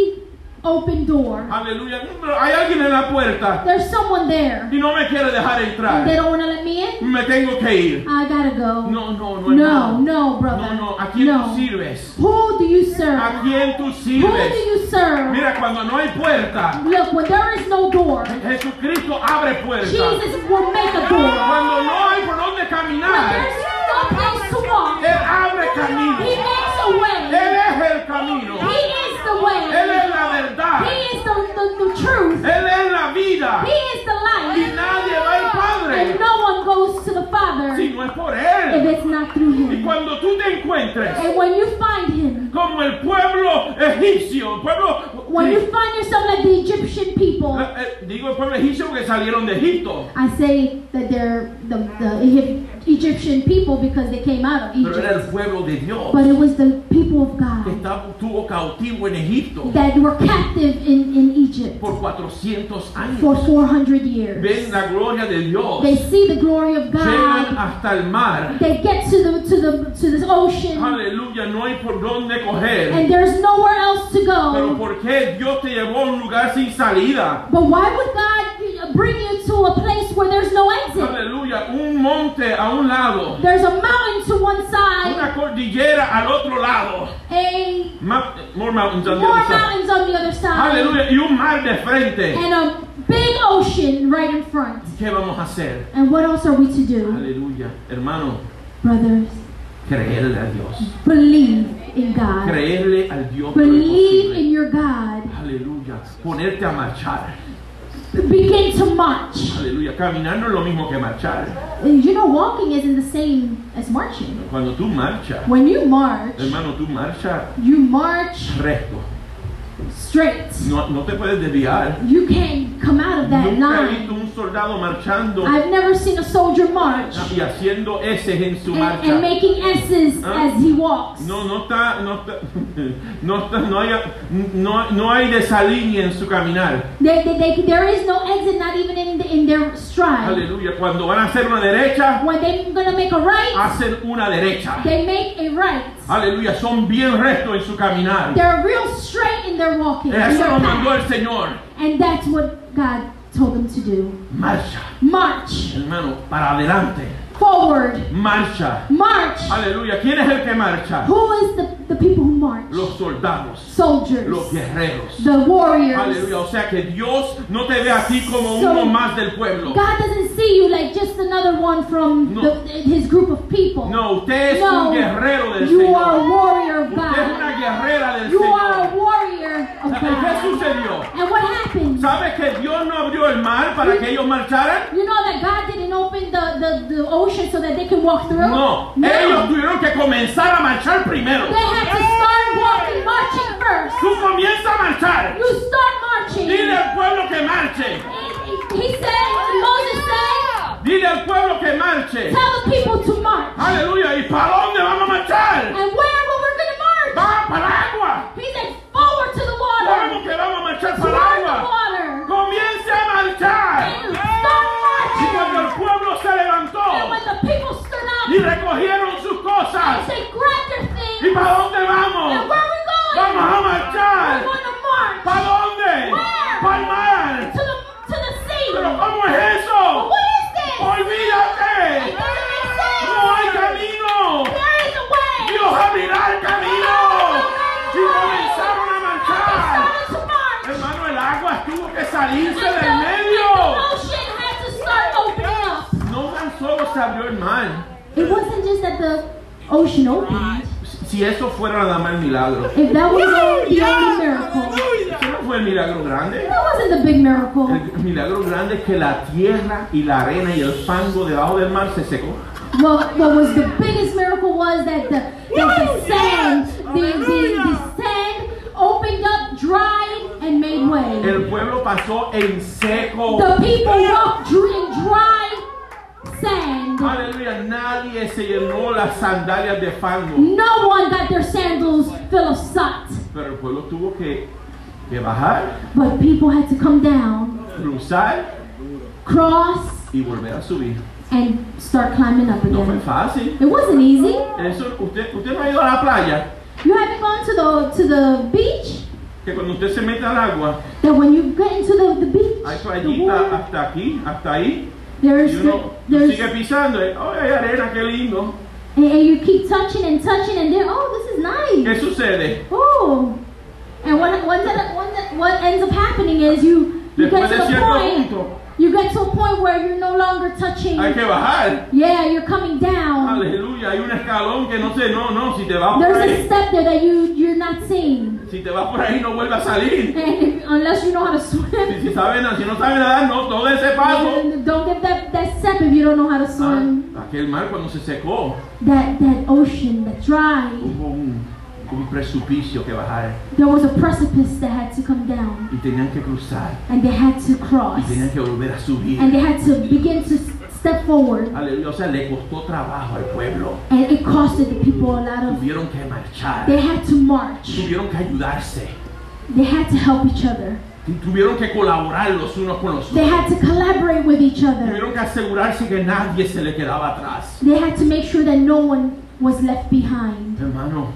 S2: open door.
S3: Aleluya. No, pero hay alguien en la puerta
S2: There's someone there.
S3: y no me quiere dejar
S2: They
S3: entrar.
S2: don't want to let me in.
S3: Me tengo que ir.
S2: I gotta go.
S3: No, no,
S2: no,
S3: no. hermano.
S2: no, brother.
S3: No, no. ¿A quién tú
S2: no.
S3: sirves?
S2: Who do you serve?
S3: ¿A quién tú
S2: Who do
S3: sirves?
S2: you serve?
S3: Mira, cuando no hay puerta,
S2: Look, when there is no door,
S3: Jesucristo abre puertas.
S2: Jesus will make a door.
S3: Cuando no hay por dónde
S2: When
S3: caminar,
S2: there's no place to walk,
S3: Él abre camino.
S2: He makes a
S3: Él
S2: way.
S3: es el camino.
S2: He is the
S3: Él es
S2: way.
S3: la verdad.
S2: He is the, the, the truth.
S3: Él es la vida.
S2: He is the
S3: Y
S2: light.
S3: nadie va al Padre
S2: And no one goes to the Father
S3: si
S2: if
S3: no es por Él.
S2: it's not through
S3: Y
S2: Him.
S3: cuando tú te encuentres
S2: And when you find Him,
S3: como el pueblo egipcio, el pueblo,
S2: when you find yourself like the Egyptian people,
S3: Eh, eh, digo el pueblo egipcio porque salieron de Egipto,
S2: I say that they're the, the Egypt- Egyptian people because they came out of
S3: pero era el
S2: Egypt.
S3: pueblo de Dios
S2: But it was the people of
S3: que
S2: God
S3: estaba- estuvo cautivo en Egipto
S2: that were captive in, in Egypt
S3: por 400
S2: for
S3: años.
S2: 400 years.
S3: Ven la gloria de Dios,
S2: They see the glory of
S3: llegan
S2: God.
S3: hasta el mar.
S2: They get to the to the to this ocean,
S3: Aleluya, no hay por dónde coger.
S2: and there's nowhere else to
S3: Pero
S2: go.
S3: ¿por qué Dios te llevó a un lugar sin salida?
S2: But why would God uh, bring you to a place where there's no exit?
S3: Aleluya, un monte a un lado,
S2: There's a mountain to one side,
S3: una cordillera al otro lado.
S2: a
S3: Ma- more mountains on the
S2: more
S3: other side.
S2: mountains on the other side,
S3: Aleluya, y un mar de frente.
S2: and a big ocean right in front.
S3: ¿Qué vamos a hacer?
S2: And what else are we to do,
S3: Aleluya, hermano,
S2: brothers?
S3: creerle a Dios.
S2: Believe in God.
S3: Creerle al Dios. de lo
S2: Believe
S3: imposible.
S2: in your God.
S3: Aleluya, ponerte a marchar.
S2: Begin to march.
S3: Aleluya, caminar no es lo mismo que marchar.
S2: And you know, walking isn't the same as marching.
S3: Cuando tú marchas,
S2: When you march,
S3: hermano, tú marchas
S2: you march
S3: recto.
S2: straight.
S3: No, no te puedes desviar.
S2: You can't come out of that
S3: Nunca he visto
S2: line.
S3: un soldado marchando
S2: I've never seen a soldier march
S3: y haciendo S en su
S2: and, and
S3: marcha.
S2: making S's
S3: Ah.
S2: as he walks.
S3: No, no está, no está, no está- no hay, no, no hay desalineo en su caminar.
S2: They, they, they, there is no exit, not even in, the, in their stride.
S3: Aleluya. Cuando van a hacer una derecha,
S2: When they're gonna make a right,
S3: hacen una derecha.
S2: they make a right.
S3: Aleluya. Son bien rectos en su caminar.
S2: They're real straight in their walking. in
S3: Eso
S2: their
S3: lo
S2: path.
S3: mandó el Señor.
S2: And that's what God told them to do.
S3: Marcha,
S2: March
S3: hermano, para adelante.
S2: forward.
S3: Marcha.
S2: March.
S3: Aleluya. ¿Quién es el que marcha?
S2: Who is the, the people who march?
S3: Los soldados,
S2: Soldiers.
S3: los guerreros.
S2: The warriors.
S3: Aleluya. O sea que Dios no te ve a ti como
S2: So-
S3: uno más del pueblo.
S2: God doesn't see you like just another one from
S3: No.
S2: the, his group of people.
S3: No, usted es
S2: No.
S3: un guerrero del
S2: You are a
S3: Señor.
S2: warrior of
S3: Usted es una
S2: God.
S3: guerrera del
S2: You
S3: Señor.
S2: are a warrior of
S3: ¿Qué
S2: God.
S3: sucedió?
S2: And what happened?
S3: ¿Sabes que Dios no abrió el mar
S2: Mm.
S3: para que ellos marcharan?
S2: You know that God didn't open the, the, the ocean so that they can walk through?
S3: No, ellos tuvieron que comenzar a marchar primero.
S2: They had to start walking, marching first.
S3: Tú comienza a marchar.
S2: You start marching.
S3: Dile al pueblo que marche.
S2: He- He said, Moses said,
S3: Dile al pueblo que marche.
S2: tell the people to march.
S3: Aleluya. ¿Y para dónde vamos a marchar?
S2: And where were we going to march?
S3: Va para el agua.
S2: He said, forward to the
S3: ¿Cómo
S2: water.
S3: que vamos a marchar
S2: Toward
S3: para el
S2: the
S3: agua?
S2: water.
S3: Comience a
S2: And
S3: marchar. Y
S2: start
S3: cuando
S2: marching.
S3: el pueblo se
S2: And
S3: levantó
S2: when the people stood
S3: y
S2: up
S3: recogieron sus
S2: and
S3: cosas,
S2: said, grab their
S3: ¿y
S2: things.
S3: para dónde
S2: And
S3: vamos?
S2: where we going?
S3: Vamos a
S2: We're
S3: marchar.
S2: going to march
S3: ¿Para dónde?
S2: Where?
S3: Para el mar.
S2: to the, to the sea.
S3: ¿Pero cómo es eso?
S2: What is this?
S3: ¡Olvídate!
S2: It doesn't make sense.
S3: ¡No hay camino!
S2: There is a way.
S3: ¡Dios abrirá el camino! Y comenzaron a marchar.
S2: They started to march.
S3: Hermano, el agua tuvo que salirse
S2: And the,
S3: del
S2: and the
S3: medio.
S2: ocean had to start opening up.
S3: No tan solo se abrió el mar.
S2: It wasn't just that the ocean opened.
S3: Si eso fuera nada más el milagro.
S2: If that was only the only miracle,
S3: ¿Eso no fue el milagro grande?
S2: that wasn't the big miracle.
S3: El milagro grande es que la tierra y la arena y el fango debajo del mar se secó.
S2: Well, what was the biggest miracle was that the, that the sand, the, the, the sand opened up, dried, and made way.
S3: El pueblo pasó en seco.
S2: The people walked dr- in dry sand.
S3: Aleluya, nadie se llenó las sandalias de fango.
S2: No one got their sandals full of salt,
S3: Pero el pueblo tuvo que, que bajar,
S2: but people had to come down,
S3: cruzar
S2: cross,
S3: y volver a subir.
S2: and start climbing up
S3: No fue
S2: again.
S3: fácil.
S2: It wasn't easy.
S3: Eso, usted, usted no ha ido a la playa,
S2: You haven't gone to the to the beach.
S3: que cuando usted se mete al agua,
S2: That when you get into the, the
S3: hay
S2: beach, the
S3: playita
S2: water,
S3: hasta aquí, hasta ahí,
S2: there's
S3: y uno
S2: the, there's
S3: sigue pisando. y, ¡Ay, hay arena, qué lindo!
S2: And, and you keep touching and touching, and then oh, this is nice.
S3: ¿Qué sucede?
S2: Oh, and what what, that, what, that, what ends up happening is you you get
S3: Después
S2: to
S3: de
S2: the
S3: cierto
S2: point
S3: punto,
S2: you get to a point where you're no longer touching.
S3: hay que bajar.
S2: Yeah, you're coming down.
S3: Aleluya, hay un escalón que no sé, no, no, si te vas por
S2: There's a
S3: ahí,
S2: step there that you you're not seeing,
S3: si te vas por ahí no vuelve a salir.
S2: and if, unless you know how to
S3: Y
S2: swim.
S3: si saben, si no saben nadar, no, no de ese paso.
S2: And Don't give that, that step if you don't know how to swim.
S3: Ah, aquel mar cuando se secó,
S2: That that ocean, that dry,
S3: hubo un, un precipicio que bajar
S2: there was a precipice that had to come down,
S3: y tenían que cruzar
S2: and they had to
S3: y
S2: cross.
S3: tenían que volver a subir.
S2: and they had to begin to step forward
S3: Aleluya, o sea, le costó trabajo al pueblo.
S2: and it costed the people a lot of
S3: Tuvieron que marchar,
S2: they had to march
S3: tuvieron que ayudarse,
S2: they had to help each other
S3: y tuvieron que colaborar los unos con los
S2: they
S3: otros.
S2: had to collaborate with each other
S3: Tuvieron que asegurarse que nadie se le quedaba atrás.
S2: they had to make sure that no one was left behind
S3: Hermano,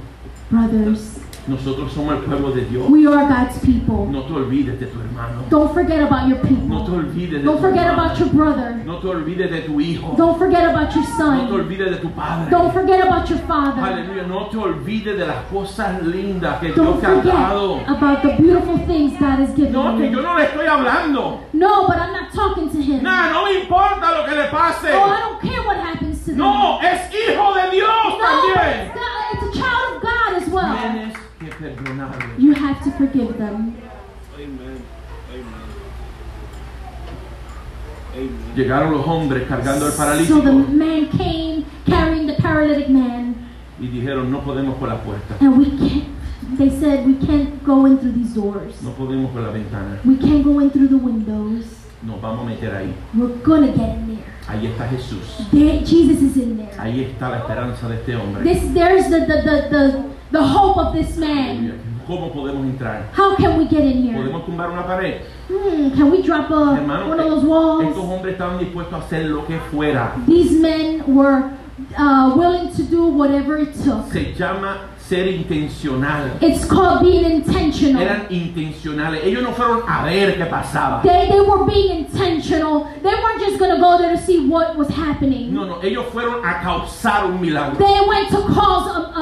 S2: brothers
S3: nosotros somos el pueblo de Dios.
S2: we are god's people
S3: No te olvides de tu hermano.
S2: don't forget about your
S3: No te
S2: people
S3: olvides de
S2: don't
S3: tu
S2: forget
S3: hermana.
S2: about your brother
S3: No te olvides de tu hijo.
S2: don't forget about your
S3: No te
S2: son
S3: olvides de tu padre.
S2: don't forget about your father
S3: Aleluya, no te olvides de las cosas lindas que
S2: don't
S3: Dios te ha
S2: forget
S3: dado.
S2: about the beautiful things god has given
S3: No, que yo
S2: you
S3: no le estoy hablando.
S2: no but i'm not talking to him
S3: Nada, no me importa lo que le pase.
S2: Oh, I don't care what happens to them.
S3: No, es hijo de Dios
S2: No, pues, it's,
S3: también.
S2: God, it's a child of God as well.
S3: Tienes que perdonarle.
S2: You have to forgive them.
S4: Amen. Amen. Amen.
S3: Llegaron los hombres cargando al
S2: So the
S3: paralítico
S2: man came carrying the paralytic man,
S3: y dijeron, no podemos por la puerta,
S2: and we can't. They said we can't go in through these doors.
S3: no podemos por la ventana.
S2: We can't go in through the windows.
S3: nos vamos a meter ahí.
S2: We're gonna get in there.
S3: Ahí está Jesús.
S2: There- Jesus is in there.
S3: Ahí está la esperanza de este hombre.
S2: This there's the the, the the the hope of this man.
S3: ¿Cómo podemos entrar?
S2: How can we get in here?
S3: ¿Podemos tumbar una pared?
S2: Hmm, can we drop a,
S3: Hermano,
S2: one of those
S3: eh,
S2: walls?
S3: estos hombres estaban dispuestos a hacer lo que fuera.
S2: These men were uh, willing to do whatever it took.
S3: Se llama ser intencional.
S2: It's called being intentional.
S3: Eran intencionales. Ellos no fueron a ver qué pasaba.
S2: They, they were being intentional. They weren't just gonna go there to see what was happening.
S3: No, no, ellos fueron a causar un milagro.
S2: They went to cause a, a,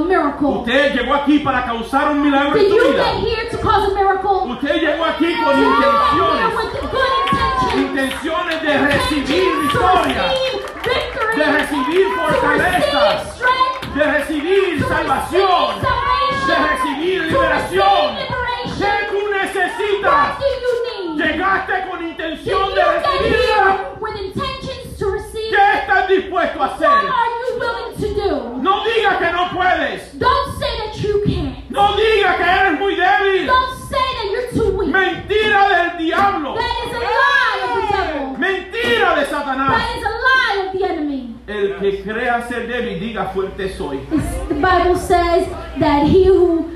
S2: a, a miracle.
S3: Usted llegó aquí para causar un milagro en
S2: Did
S3: tu
S2: you
S3: vida.
S2: get here to cause a miracle?
S3: Usted llegó aquí con
S2: You got here
S3: intenciones.
S2: with the good intentions.
S3: Intenciones de recibir
S2: To
S3: victoria,
S2: receive victory.
S3: de recibir
S2: To receive
S3: fortaleza,
S2: strength.
S3: de recibir
S2: To
S3: salvación,
S2: receive salvation.
S3: de recibir
S2: To
S3: liberación.
S2: receive liberation.
S3: ¿Qué tú necesitas?
S2: What do you need?
S3: Llegaste con
S2: Did
S3: intención
S2: you
S3: de
S2: get
S3: recibir.
S2: here with intentions to receive?
S3: ¿Qué estás dispuesto a
S2: What
S3: hacer?
S2: are you willing to do?
S3: No digas que no puedes.
S2: Don't say that you can't.
S3: No digas que eres muy débil.
S2: Don't say that you're too weak.
S3: Mentira del diablo.
S2: That is a lie of the devil.
S3: Mentira de Satanás.
S2: That is a lie of the enemy.
S3: El que crea ser débil, diga fuerte soy.
S2: It's, the Bible says that he who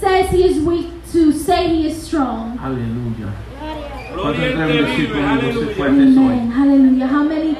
S2: says he is weak to say he is strong.
S3: Aleluya. ¿Cuántos
S4: Gloria
S3: deben
S4: al que
S3: decir
S4: vive,
S3: conmigo, soy
S4: aleluya.
S3: fuerte soy?
S2: Amen. Hallelujah. How many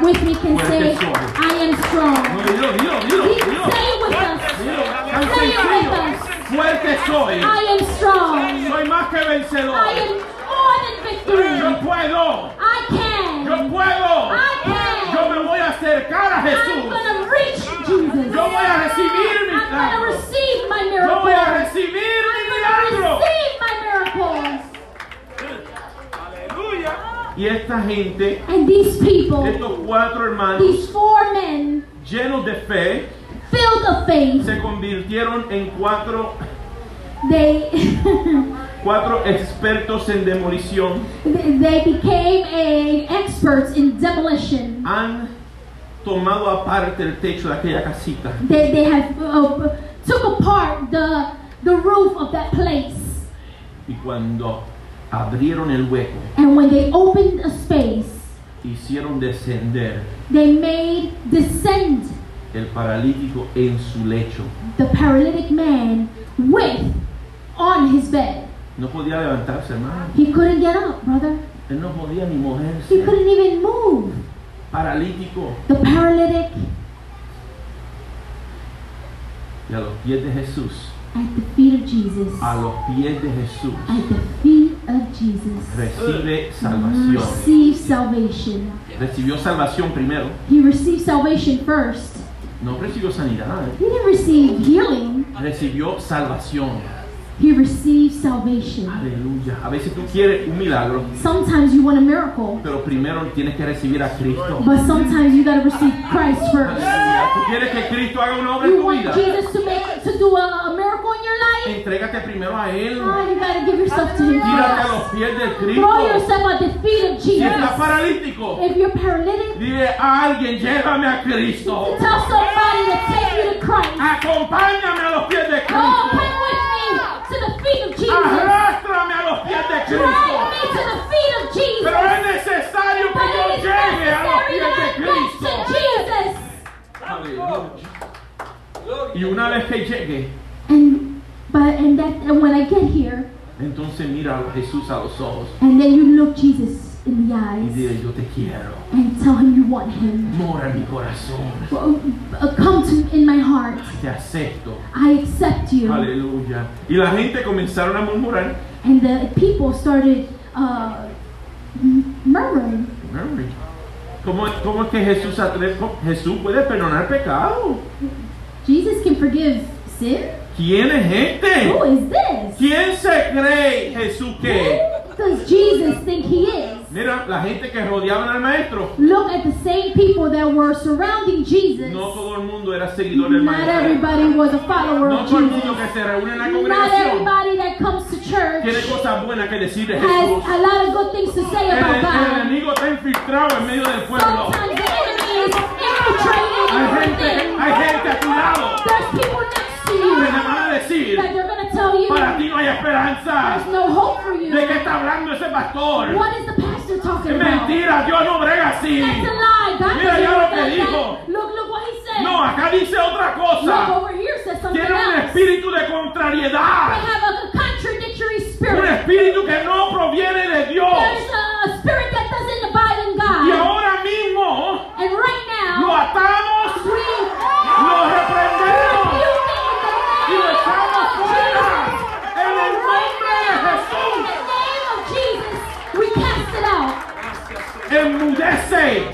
S2: with me can
S3: Fuerte
S2: say,
S3: soy.
S2: I am strong?
S3: Dilo, dilo, dilo,
S2: Please
S3: dilo.
S2: say it with us.
S3: Dilo, tan
S2: Say it
S3: sencillo.
S2: with us.
S3: Fuerte soy.
S2: I am strong.
S3: Soy más que vencedor.
S2: I am more than
S3: Yo
S2: victory.
S3: puedo.
S2: I can.
S3: Yo puedo.
S2: I
S3: Yo
S2: can.
S3: me voy a acercar a
S2: I'm
S3: Jesús.
S2: going to reach Jesus.
S3: Yo voy a recibir mi
S2: I'm going to
S3: milagro.
S2: receive my
S3: Yo voy a
S2: miracle.
S3: recibir mi
S2: I'm going to
S3: milagro.
S2: receive my miracles.
S4: Aleluya.
S3: Y esta gente,
S2: And these people,
S3: estos cuatro hermanos,
S2: these four men,
S3: llenos de fe,
S2: filled of faith,
S3: se convirtieron en cuatro,
S2: they
S3: cuatro expertos en demolición.
S2: they became a experts in demolition.
S3: Han tomado aparte el techo de aquella casita.
S2: They they have uh, took apart the the roof of that place,
S3: Y cuando abrieron el hueco,
S2: and when they opened a space,
S3: hicieron descender
S2: they made descend
S3: el paralítico en su lecho.
S2: the paralytic man with on his bed.
S3: No podía levantarse, hermano.
S2: He couldn't get up, brother.
S3: Él no podía ni
S2: He
S3: moverse.
S2: couldn't even move.
S3: Paralítico.
S2: The paralytic
S3: Y a los pies de Jesús,
S2: at the feet of Jesus.
S3: a los pies de Jesús,
S2: At the feet of Jesus.
S3: recibe salvación.
S2: Receive salvation.
S3: Recibió salvación primero.
S2: He received salvation first.
S3: No recibió sanidad. ¿eh?
S2: He didn't receive healing.
S3: Recibió salvación.
S2: He received salvation.
S3: Aleluya. A veces tú quieres un milagro,
S2: Sometimes you want a miracle,
S3: pero primero tienes que recibir a Cristo.
S2: but sometimes you gotta receive Christ first.
S3: Aleluya. Tú quieres que Cristo haga una obra en
S2: You
S3: tu
S2: want
S3: vida.
S2: Jesus to make to do a, a miracle in your life?
S3: Entrégate primero a Él.
S2: Oh, you gotta give yourself to Him
S3: Tírate a los
S2: first.
S3: pies de
S2: Throw
S3: Cristo.
S2: yourself at the feet of
S3: Si estás
S2: Jesus.
S3: paralítico,
S2: If you're paralytic,
S3: dile a alguien, llévame a Cristo.
S2: tell somebody to take you to Christ.
S3: Acompáñame a los pies de
S2: Oh,
S3: Cristo.
S2: come with me to the feet of Jesus.
S3: Arrástrame a los pies de
S2: Drag me
S3: Cristo.
S2: to the feet of Jesus.
S3: Pero es necesario que
S2: But
S3: yo
S2: it is
S3: llegue a los
S2: necessary that
S3: pies de
S2: I get to
S3: Cristo.
S2: Jesus.
S3: Aleluya.
S4: Gloria.
S3: Y una vez que llegue,
S2: And but and that and when I get here,
S3: entonces mira a Jesús a los ojos
S2: and then you look Jesus in the
S3: y
S2: eyes
S3: dile, yo te quiero.
S2: and tell him you want him.
S3: Mora en mi corazón.
S2: Well, uh, Come to in my heart.
S3: Te acepto.
S2: I accept you.
S3: Aleluya. Y la gente comenzaron a murmurar.
S2: And the people started uh, m- murmuring.
S3: Murmuring. ¿Cómo, cómo es que Jesús atre- cómo- Jesús puede perdonar pecado?
S2: Jesus can forgive sin.
S3: ¿Quién es gente?
S2: Who is this?
S3: ¿Quién se cree Jesús que es?
S2: Who does Jesus think he is?
S3: Mira, la gente que rodeaban al maestro.
S2: Look at the same people that were surrounding Jesus.
S3: No todo el mundo era seguidor del
S2: Not
S3: maestro.
S2: everybody was a follower
S3: No
S2: of
S3: todo el mundo que
S2: Jesus.
S3: se reúne en la
S2: Not
S3: congregación
S2: everybody that comes to
S3: tiene
S2: church
S3: cosas buenas que decir de
S2: has
S3: Jesús.
S2: a lot of good things to say
S3: El,
S2: about
S3: el
S2: God.
S3: enemigo está infiltrado en medio del pueblo.
S2: Sometimes the enemy is infiltrating
S3: Hay
S2: your
S3: gente,
S2: thing.
S3: hay gente a tu lado
S2: There's people next to
S3: que
S2: you
S3: te van a decir,
S2: that they're going to tell you
S3: para ti
S2: there's
S3: no hay esperanza.
S2: no hope for you.
S3: ¿De qué está hablando ese pastor?
S2: What is the talking
S3: Es
S2: about.
S3: mentira, Dios no brega así.
S2: That's a lie. God
S3: Mira
S2: doesn't
S3: ya lo
S2: look
S3: que
S2: like
S3: dijo.
S2: that. Look, look what he said.
S3: No, acá dice otra
S2: Look
S3: cosa.
S2: over here says something
S3: Tiene un
S2: else.
S3: espíritu de
S2: They
S3: contrariedad.
S2: have a contradictory
S3: Un
S2: spirit.
S3: espíritu que no proviene de
S2: There's
S3: Dios.
S2: a spirit that doesn't abide in
S3: Y
S2: God.
S3: ahora mismo
S2: And right
S3: lo
S2: now,
S3: atamos,
S2: we
S3: lo reprendemos y lo echamos fuera. En el nombre de Jesús. Enmudece.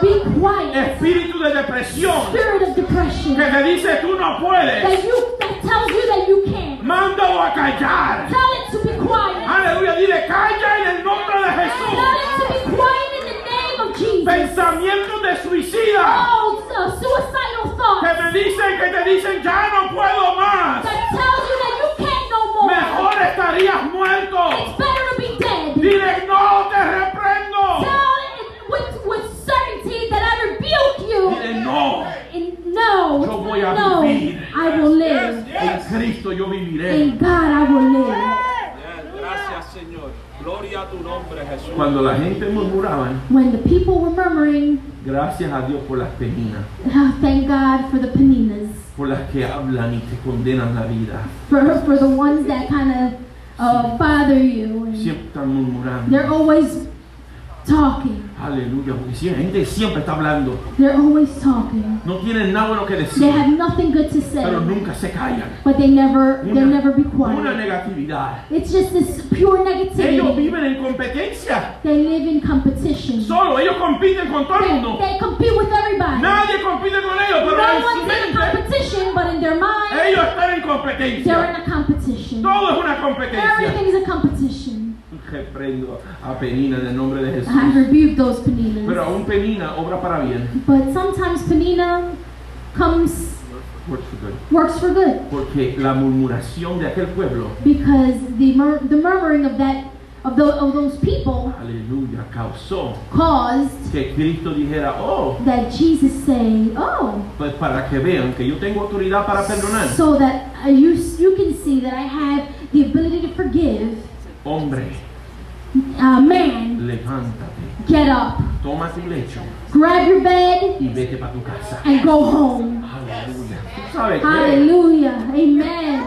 S2: Be quiet,
S3: Espíritu de depresión
S2: spirit of depression,
S3: que te dice tú no puedes.
S2: that you that tells you that you can't.
S3: Mándalo a callar.
S2: Tell it to be quiet.
S3: Aleluya, dile calla en el nombre de
S2: Tell
S3: Jesús.
S2: it to be quiet in the name of Jesus.
S3: Pensamientos de suicida
S2: Oh, uh, suicidal
S3: que
S2: thoughts
S3: me dicen que te dicen ya no puedo más.
S2: that tells you that you can't no more.
S3: Mejor estarías muerto.
S2: It's better to be dead.
S3: Dile no te reprendo.
S2: Tell it with, with certainty that I rebuke you.
S3: Dile no.
S2: And no,
S3: Yo voy a
S2: no,
S3: vivir.
S2: I will live.
S3: En Cristo yo viviré.
S2: In God, I will live.
S4: Yes, Gracias, Señor. Gloria a tu nombre, Jesús.
S3: Cuando la gente murmuraba,
S2: When the people were murmuring,
S3: gracias a Dios por las peninas,
S2: ah, thank God for the peninas,
S3: por las que hablan y te condenan la vida.
S2: for for the ones that kind of uh, bother you. And
S3: Siempre están murmurando.
S2: they're always talking.
S3: Aleluya, porque si la gente siempre está hablando,
S2: They're always talking.
S3: no tienen nada bueno que
S2: They
S3: decir,
S2: have nothing good to say.
S3: pero nunca se callan.
S2: But they never, they'll never be
S3: una
S2: quiet.
S3: negatividad.
S2: It's just this pure
S3: Ellos
S2: negativity.
S3: viven en competencia.
S2: They live in competition.
S3: Solo ellos compiten con todo el
S2: They,
S3: mundo.
S2: they compete with everybody.
S3: Nadie compite con ellos, pero
S2: No
S3: en su
S2: one's in a
S3: mente
S2: competition, but in their mind,
S3: ellos están en
S2: they're in
S3: competencia.
S2: a competition.
S3: Todo es una competencia.
S2: Everything's a competition.
S3: Reprendo a Penina en el nombre de
S2: I
S3: Jesús.
S2: rebuke those
S3: Pero
S2: peninas.
S3: aún Penina obra para bien.
S2: But sometimes penina comes,
S3: Works for good.
S2: works for good.
S3: Porque la murmuración de aquel pueblo,
S2: Because the, mur- the murmuring of that, of, tho- of those people
S3: aleluya, causó
S2: caused
S3: que Cristo dijera, oh,
S2: that Jesus say, oh,
S3: Pues para que vean que yo tengo autoridad para perdonar.
S2: So that uh, you you can see that I have the ability to forgive.
S3: Hombre,
S2: Uh, man,
S3: levántate,
S2: get up,
S3: toma tu lecho
S2: grab your bed,
S3: y vete para tu casa.
S2: and go home.
S3: Aleluya. ¿Tú sabes qué?
S2: Hallelujah, Amen.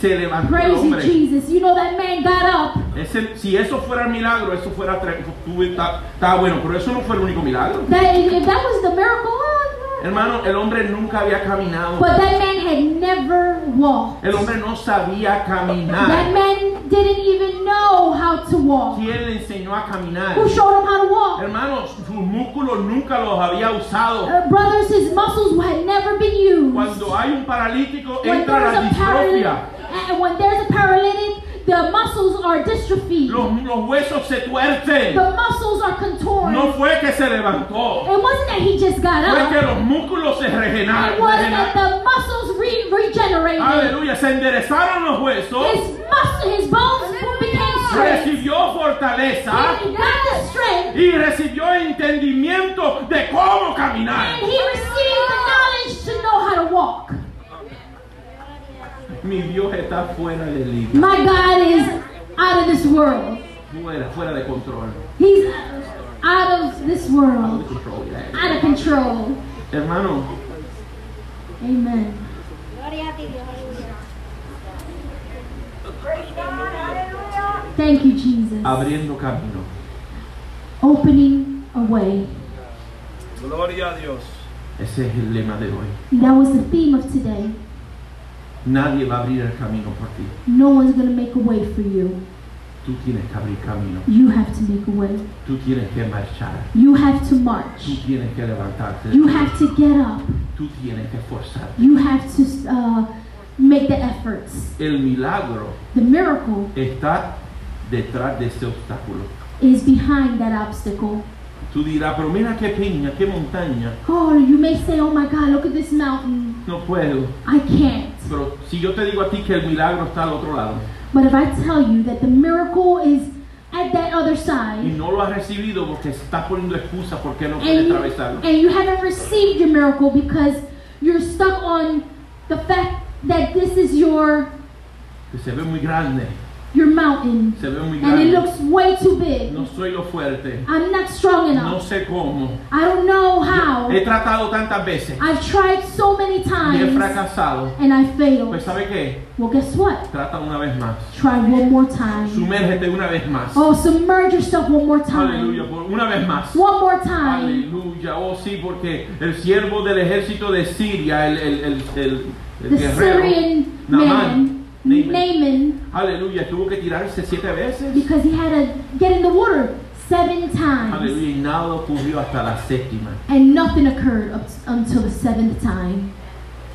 S3: Se levantó el
S2: Praise you,
S3: hombre.
S2: Jesus. You know that man got up.
S3: Ese- si eso fuera el milagro, eso fuera tre- tú- está está bueno, pero eso no fue el único milagro.
S2: That if if that was the miracle, uh,
S3: Hermano, el hombre nunca había caminado.
S2: but that man had never walked.
S3: El hombre no sabía
S2: That
S3: caminar.
S2: man didn't even know how to walk.
S3: ¿Quién le enseñó a caminar?
S2: Who showed him how to walk?
S3: Hermanos, sus músculos nunca los había usado.
S2: Uh, brothers, his muscles had never been used.
S3: Cuando hay un paralítico,
S2: When
S3: entra
S2: there's
S3: la
S2: a
S3: distrofia.
S2: paralytic, and when there's a paralytic, the muscles are dystrophy.
S3: Los, los huesos se tuercen.
S2: The muscles are contorted.
S3: No fue que se levantó.
S2: It wasn't that he just got
S3: Fue que
S2: up.
S3: los músculos se regenar-
S2: It was that
S3: regeneraron.
S2: the muscles re- regenerated.
S3: Aleluya. Se enderezaron los huesos.
S2: His muscle, his bones became straight.
S3: Recibió fortaleza.
S2: And he got the strength,
S3: Y recibió entendimiento de cómo caminar.
S2: and he received the knowledge to know how to walk.
S3: Mi Dios está fuera de liga.
S2: My God is out of this world.
S3: Fuera, fuera de control.
S2: He's out of this
S3: Out of
S2: world,
S3: control, yeah.
S2: out of control.
S3: Hermano,
S2: Amen.
S5: Gloria a ti, Dios. Aleluya.
S2: Thank you, Jesus.
S3: abriendo camino.
S2: opening a way.
S4: Gloria a Dios.
S3: Ese es el lema de hoy.
S2: That was the theme of today.
S3: Nadie va a abrir el camino por ti.
S2: No one's going to make a way for you.
S3: Tú tienes que abrir camino.
S2: You have to make a way.
S3: Tú tienes que marchar.
S2: You have to
S3: Tú
S2: march.
S3: tienes que levantarte.
S2: You have to get up.
S3: Tú tienes que esforzar.
S2: You have to uh, make the efforts.
S3: El milagro
S2: The miracle
S3: está detrás de ese obstáculo.
S2: is behind that obstacle.
S3: Tú dirás, pero mira qué peña, qué montaña.
S2: Oh, you may say, oh my God, look at this mountain.
S3: No puedo.
S2: I can't.
S3: Pero si yo te digo a ti que el milagro está al otro lado
S2: But if I tell you that the miracle is at that other
S3: y
S2: side,
S3: no lo has recibido porque estás poniendo excusa porque no
S2: and
S3: puedes
S2: you,
S3: atravesarlo.
S2: and you haven't received your miracle because you're stuck on the fact that this is your
S3: Que se ve muy grande,
S2: your mountain.
S3: Se ve muy
S2: And it
S3: grande.
S2: looks way too big.
S3: No soy lo fuerte.
S2: I'm not strong
S3: No eh.
S2: enough.
S3: sé cómo.
S2: I don't know how.
S3: He tratado tantas veces
S2: I've tried so many
S3: y he
S2: times
S3: fracasado.
S2: and I
S3: Pues
S2: failed.
S3: ¿sabe qué?
S2: Well, guess what?
S3: Trata una vez más.
S2: Try one more time.
S3: Sumérgete una vez más.
S2: Oh, submerge yourself one more
S3: Aleluya.
S2: time.
S3: por- Una vez más.
S2: One more time.
S3: Aleluya, oh sí, porque el siervo del ejército de Siria, el, el, el, el- el
S2: The
S3: guerrero,
S2: Syrian
S3: Naamán,
S2: man,
S3: Naaman,
S2: Naaman,
S3: aleluya, tuvo que tirarse siete veces.
S2: because he had to get in the water seven times.
S3: Aleluya, y nada ocurrió hasta la séptima,
S2: And nothing occurred up until the seventh time.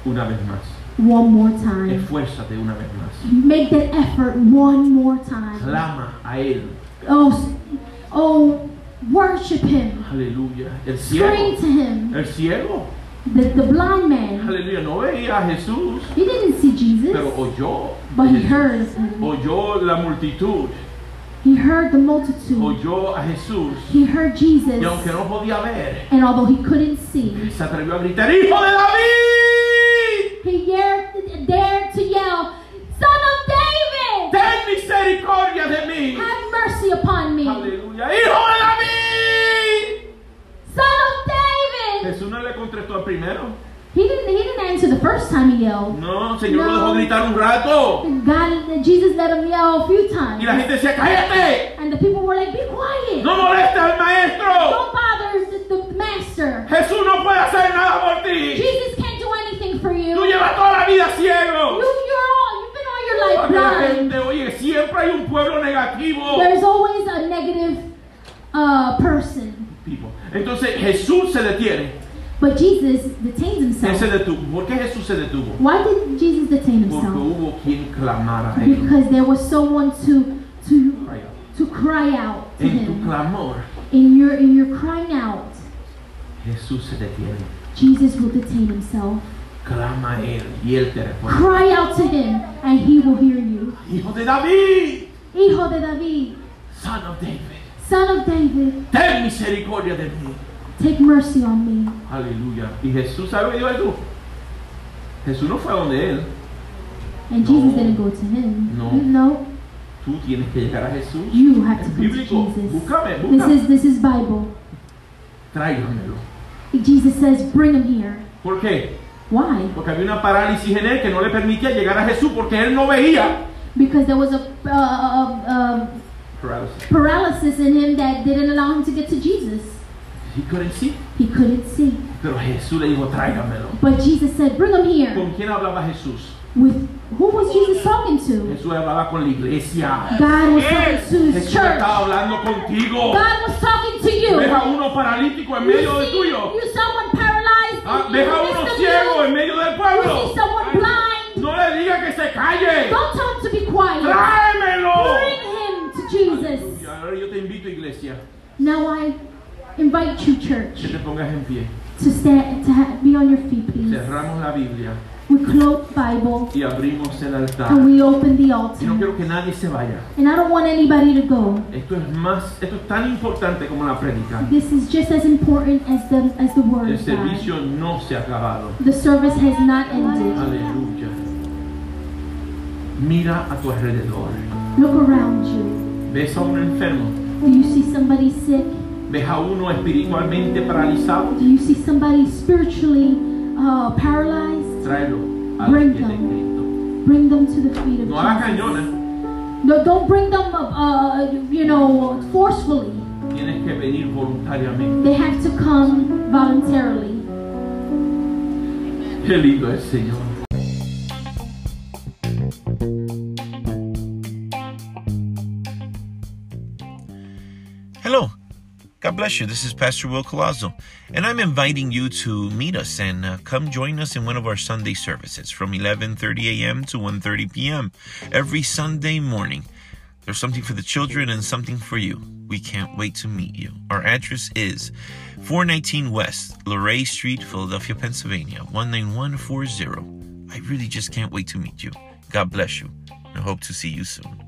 S3: una vez más.
S2: One more time.
S3: Esfuérzate una vez más.
S2: Make that effort one more time.
S3: Clama a Él.
S2: Oh, s- oh, worship him.
S3: Aleluya. El
S2: Scream
S3: ciego.
S2: to him.
S3: El ciego.
S2: The, the blind man.
S3: Aleluya. No veía a Jesús,
S2: He didn't see
S3: pero oh,
S2: Jesus,
S3: oyó.
S2: but he heard of him.
S3: Oyó la multitud.
S2: He heard the
S3: Oh,
S2: multitude.
S3: Oyó a Jesús.
S2: He heard Jesus.
S3: Y aunque no podía ver,
S2: And although he couldn't see,
S3: se atrevió a gritar, ¡Hijo de David!
S2: he dared, dared to yell, Son of David,
S3: ¡Ten misericordia de mí!
S2: have mercy upon me. Son
S3: ¡Aleluya! ¡Hijo de David!
S2: of David.
S3: Jesús no le contestó al primero.
S2: He didn't, he didn't answer the first time he yelled.
S3: No, el Señor lo
S2: No.
S3: dejó gritar un rato.
S2: God, Jesus let him yell a few
S3: Y la
S2: times.
S3: gente decía, ¡cállate!
S2: And the people were like, be quiet.
S3: ¡No molestes al maestro!
S2: Don't bother the, the master.
S3: ¡Jesús no puede hacer nada por ti!
S2: Jesus can't do anything for you.
S3: ¡Tú llevas toda la vida ciego!
S2: You, you're all, you've been all your life
S3: Porque la
S2: blind.
S3: gente, oye, siempre hay un pueblo negativo.
S2: There's always a negative uh, person.
S3: Tipo. Entonces Jesús se detiene.
S2: But Jesus detains
S3: Él se
S2: himself.
S3: detuvo. ¿Por qué Jesús se detuvo?
S2: Why did Jesus detain
S3: Porque
S2: himself?
S3: hubo quien clamara a él.
S2: Because there was someone to to to cry out to
S3: En tu
S2: him.
S3: clamor,
S2: In your in your crying out,
S3: Jesús se detiene.
S2: Jesus will detain himself.
S3: Clama a él y él te responde.
S2: Cry out to him and he will hear you.
S3: Hijo de David,
S2: Hijo de David,
S3: son of David,
S2: son of David,
S3: ten misericordia de mí.
S2: take mercy on me.
S3: Aleluya. Y Jesús, ¿sabe yo algo? Jesús no fue donde él.
S2: And Jesus
S3: No.
S2: didn't go to him.
S3: No. Tú tienes que llegar a Jesús.
S2: you have to
S3: Es
S2: come to
S3: bíblico.
S2: Jesus.
S3: Búscame,
S2: This
S3: búscame.
S2: is this is Bible.
S3: Tráigamelo.
S2: Jesus says, bring him here.
S3: ¿Por qué?
S2: Why?
S3: Porque había una parálisis en él que no le permitía llegar a Jesús porque él no veía.
S2: Because there was a uh, uh, uh,
S3: Parálisis.
S2: paralysis in him that didn't allow him to get to Jesus.
S3: He couldn't see.
S2: He couldn't see.
S3: Pero Jesús le dijo, tráigamelo.
S2: But Jesus said, Bring him here.
S3: ¿Con quién hablaba Jesús?
S2: With who was Jesus talking to?
S3: Jesús hablaba con la iglesia.
S2: God was talking to his
S3: Jesús
S2: church.
S3: estaba
S2: God
S3: hablando contigo.
S2: was talking to you.
S3: Deja uno paralítico en
S2: You
S3: medio del
S2: see,
S3: tuyo.
S2: you someone paralyzed.
S3: Ah,
S2: in
S3: deja
S2: the midst
S3: uno
S2: of
S3: ciego
S2: you.
S3: en medio del
S2: You
S3: pueblo.
S2: see someone blind.
S3: No le diga que se calle.
S2: Don't tell him to be quiet.
S3: Tráemelo.
S2: Bring him to Jesus.
S3: Y ahora yo te invito, iglesia,
S2: Now I invite you,
S3: que
S2: church,
S3: te pongas en pie.
S2: to stand, to ha- be on your feet, please.
S3: Cerramos la Biblia
S2: We close Bible
S3: y abrimos el altar.
S2: and we open the
S3: Y no
S2: altar.
S3: quiero que nadie se vaya.
S2: And I don't want anybody to go.
S3: Esto es más, esto es tan importante como la prédica.
S2: This is just as important as the as the word
S3: El
S2: of God.
S3: servicio no se ha acabado.
S2: The service has not ended.
S3: Aleluya. Mira a tu alrededor.
S2: Look around you.
S3: ¿Ves a un enfermo?
S2: Do you see somebody sick?
S3: ¿Ves a uno espiritualmente paralizado?
S2: Do you see somebody spiritually uh, paralyzed?
S3: Tráelo a los pies de Cristo.
S2: Bring them to the feet of
S3: No hagas
S2: Jesus.
S3: cañones.
S2: No, don't bring them, up, uh, you know, forcefully.
S3: Tienes que venir voluntariamente.
S2: They have to come voluntarily.
S3: Qué lindo es, Señor.
S1: Hello. God bless you. This is Pastor Will Colazo, and I'm inviting you to meet us and uh, come join us in one of our Sunday services from 11:30 a.m. to 1:30 p.m. every Sunday morning. There's something for the children and something for you. We can't wait to meet you. Our address is 419 West Luray Street, Philadelphia, Pennsylvania 19140. I really just can't wait to meet you. God bless you. and I hope to see you soon.